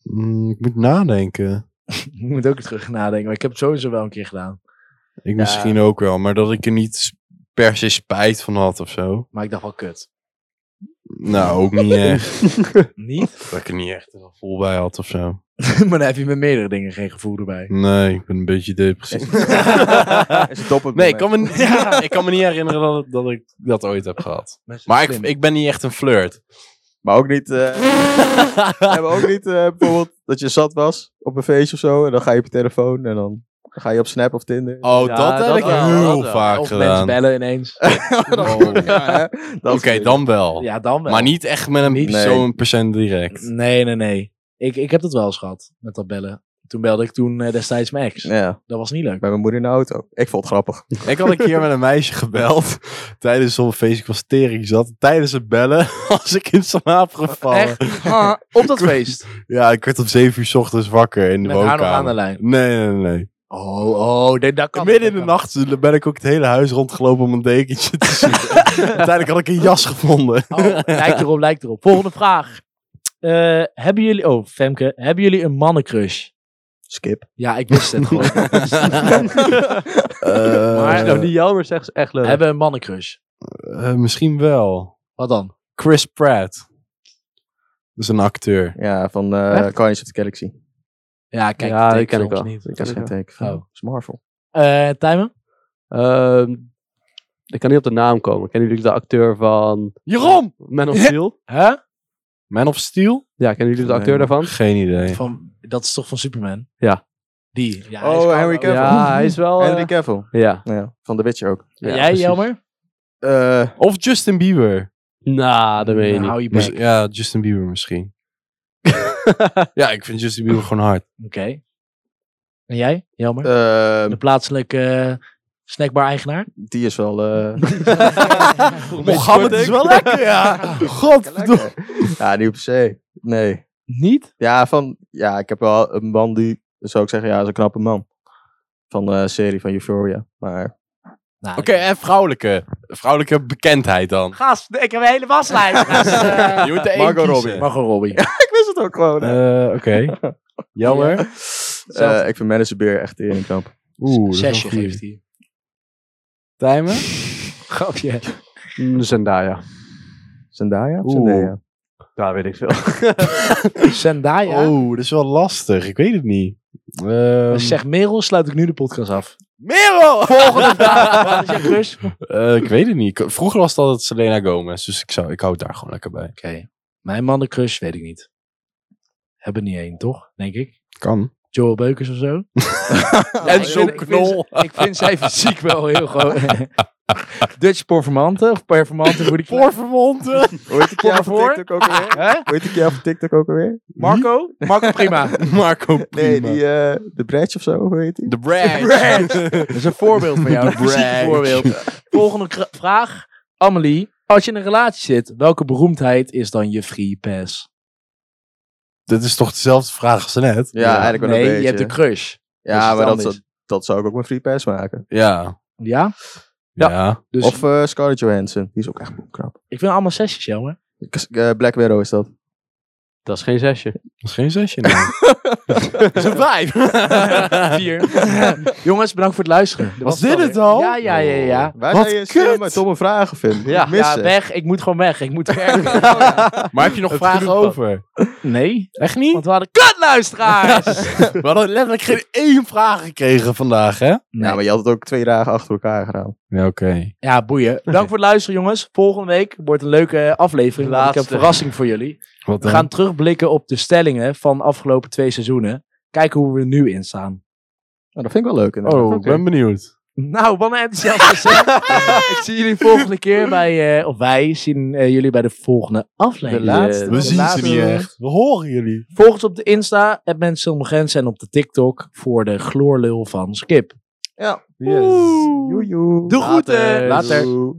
A: Mm, ik moet nadenken.
D: Ik moet ook terug nadenken. Maar ik heb het sowieso wel een keer gedaan.
A: Ik misschien ook wel, maar dat ik er niet per se spijt van had of zo.
D: Maar ik dacht wel kut.
A: Nou, ook niet echt.
D: Niet?
A: dat ik er niet echt een gevoel bij had of zo.
D: maar dan heb je met meerdere dingen geen gevoel erbij.
A: Nee, ik ben een beetje depressief.
E: Is het op het
A: Nee, ik
E: moment.
A: kan me, ik kan me niet herinneren dat, dat ik dat ooit heb gehad.
D: Mensen
A: Maar ik,
D: slim.
A: ik ben niet echt een flirt.
E: Maar ook niet... eh ja, maar ook niet eh, bijvoorbeeld dat je zat was op een feestje of zo. En dan ga je op je telefoon en dan ga je op Snap of Tinder.
A: Oh,
B: Ja,
A: dat heb
B: dat
A: ik
B: wel,
A: heel
B: dat wel.
A: vaak
D: Of mensen
A: gedaan.
D: bellen ineens.
A: Oh.
E: Ja, hè.
A: Oké,
E: Dat is het.
A: dan wel.
D: ja, dan wel.
A: Oh. Maar niet echt met een
D: Niet-
E: Nee.
A: zo'n percent direct.
D: Nee, nee, nee. Ik, ik heb dat wel eens gehad met dat bellen. Toen belde ik toen eh, destijds mijn ex.
E: Ja,
D: Dat was niet leuk.
E: bij mijn moeder in de auto. Ik vond het grappig.
A: Ik had een keer met een meisje gebeld. Tijdens zo'n feest. Ik was tering zat. Tijdens het bellen was ik in slaap gevallen.
D: Echt? Ah, op dat feest.
A: Ja, ik werd om 7 uur 's ochtends wakker in de
D: Met haar nog aan de
A: woonkamer.
D: lijn.
A: Nee, nee, nee.
D: Oh, oh, nee, dat kan.
A: Midden
D: dat
A: in de
D: kan.
A: nacht ben ik ook het hele huis rondgelopen om een dekentje te zoeken. Uiteindelijk had ik een jas gevonden.
D: Oh, lijkt erop, lijkt erop. Volgende vraag. Eh, hebben jullie, oh Femke, hebben jullie een mannencrush?
E: Skip.
D: Ja, ik wist het gewoon.
B: Maar
A: Eh,
B: nou, niet jou, maar zeg ze echt leuk.
D: hebben een mannencrush.
A: eh, misschien wel.
D: Wat dan?
A: Chris Pratt. Dat is een acteur.
E: Ja, van eh Guardians of the Galaxy.
D: Ja, kijk,
B: Ja,
D: die
B: die ken ik
D: films
B: wel.
D: niet.
E: Dat is geen teken.
D: Oh.
E: Dat is Marvel.
D: Eh, Tijmen?
B: Ehm, ik kan niet op de naam komen. Kennen jullie de acteur van
A: Jeroen!
B: Man of Steel?
D: Huh?
A: Man of Steel?
B: Ja, kennen jullie de acteur
E: Nee.
B: daarvan?
A: Geen idee.
D: Van, dat is toch van Superman?
B: Ja.
D: Die. Ja,
E: Oh,
D: hij is
E: Henry
D: koud ook.
E: Cavill.
B: Ja, hij is wel... eh,
E: Henry Cavill.
B: ja.
E: Ja, van The Witcher ook.
B: ja,
D: En jij,
B: precies.
D: jammer?
E: Eh,
A: Of Justin Bieber.
B: Nou, dat weet je
D: Nou, hou
B: niet.
D: je
A: Mis-
D: bek. Oké.
A: ja, Justin Bieber misschien. ja, ik vind Justin Bieber gewoon hard.
D: En jij, jammer?
E: eh,
D: De plaatselijke eh, snackbar-eigenaar?
E: die is wel... eh,
A: Mohammed is wel lekker, ja. Godverdomme.
E: ja, niet per se. Nee.
D: Niet?
E: Ja, van... Ja, ik heb wel een man die... Zou ik zeggen, ja, is een knappe man. Van de serie van Euphoria. Maar...
D: Nou,
A: Oké, eh, en vrouwelijke. Vrouwelijke bekendheid dan.
D: Gast, ik heb een hele waslijst.
A: Je moet er één
E: Margot
A: kiezen.
E: Robbie.
D: eh, Margot Robbie.
E: Ik wist het ook gewoon. hè.
A: Eh, Oké. Jammer.
E: Eh, ik vind Madison Beer echt een knap.
A: Oeh, dat is wel
D: Zesje
A: goed.
D: geeft hij.
A: Tijmen?
D: Grapje.
B: Mm, Zendaya.
E: Zendaya?
A: Oeh.
E: Zendaya.
B: Ja, weet ik veel.
D: Zendaya.
A: Oh, dat is wel lastig. Ik weet het niet. Ehm,
D: Zeg Merel, sluit ik nu de podcast af.
A: Merel!
D: Volgende vraag. Ah, Wat is je crush?
A: Eh, ik weet het niet. Ik- Vroeger was het altijd Selena Gomez, dus ik, zou, ik hou het daar gewoon lekker bij.
D: Oké. Mijn mannencrush weet ik niet. Hebben niet één, toch? Denk ik.
A: Kan.
D: Joel Beukers of zo.
A: en zo'n
D: ik vind- ik vind-
A: knol.
D: Ik vind zij fysiek wel heel gewoon. Dutch performante of performante hoe die
A: Voorvermonden.
E: Hoe heet ik jou van
D: Voor?
E: TikTok ook alweer?
D: Hè?
E: Hoe heet ik jou van TikTok ook alweer?
D: Marco? Marco prima.
A: Marco Prima.
E: Nee, die... eh, de Bradge of zo, hoe heet die?
A: De Brad.
D: Dat is een voorbeeld van jou. Een fysiek
A: Brag.
D: voorbeeld. Volgende kra- vraag. Amelie, als je in een relatie zit, welke beroemdheid is dan je free pass?
A: Dit is toch dezelfde vraag als net?
E: Ja, eigenlijk wel
D: nee,
E: een beetje.
D: je hebt een crush. is
E: ja,
D: het
E: maar dat,
D: anders.
E: zou- dat zou ik ook mijn free pass maken.
A: Ja.
D: Ja?
A: Ja.
D: Dus
E: of eh, Scarlett Johansson, die is ook echt knap.
D: ik vind allemaal sessies jammer.
E: K- eh, Black Widow is dat.
B: Dat is geen zesje.
A: Dat is geen zesje. nee. Dat is een vijf.
D: Vier. Jongens, bedankt voor het luisteren. Dat
A: Was dit het
D: weer.
A: al?
D: Ja, ja, ja, ja.
E: Waar
A: Wat
E: zou je stemmen
A: kut!
E: met domme vragen vinden?
B: Ja,
E: Ja,
D: Ja, weg. Ik moet gewoon weg. Ik moet werken. Oh,
A: Maar heb je nog vragen over?
D: Nee,
A: Echt niet?
D: want we hadden kutluisteraars.
A: We hadden letterlijk geen één vraag gekregen vandaag, hè?
E: Ja, maar je had het ook twee dagen achter elkaar gedaan.
A: Ja, oké.
D: Ja, boeien. Bedankt voor het luisteren, jongens. Volgende week wordt een leuke aflevering. want Ik heb
B: Laatste.
D: een verrassing voor jullie.
A: Wat
D: We gaan terugblikken op de stellingen van de afgelopen twee seizoenen. Kijken hoe we er nu in staan.
E: Nou, dat vind ik wel leuk. inderdaad.
A: Oh, ik
E: Oké.
A: ben benieuwd.
D: Nou, wat een enthousiast gezegd. Ik zie jullie volgende keer bij, eh, of wij zien eh, jullie bij de volgende aflevering. Eh,
E: De laatste.
A: We zien ze
E: laatste-
A: niet echt. We horen jullie.
D: Volg ons op de Insta, at mensen zonder grenzen en op de TikTok voor de gloorlul van Skip.
A: Yes.
E: Joejoe.
D: Doe goed, hè.
E: Later. Doei.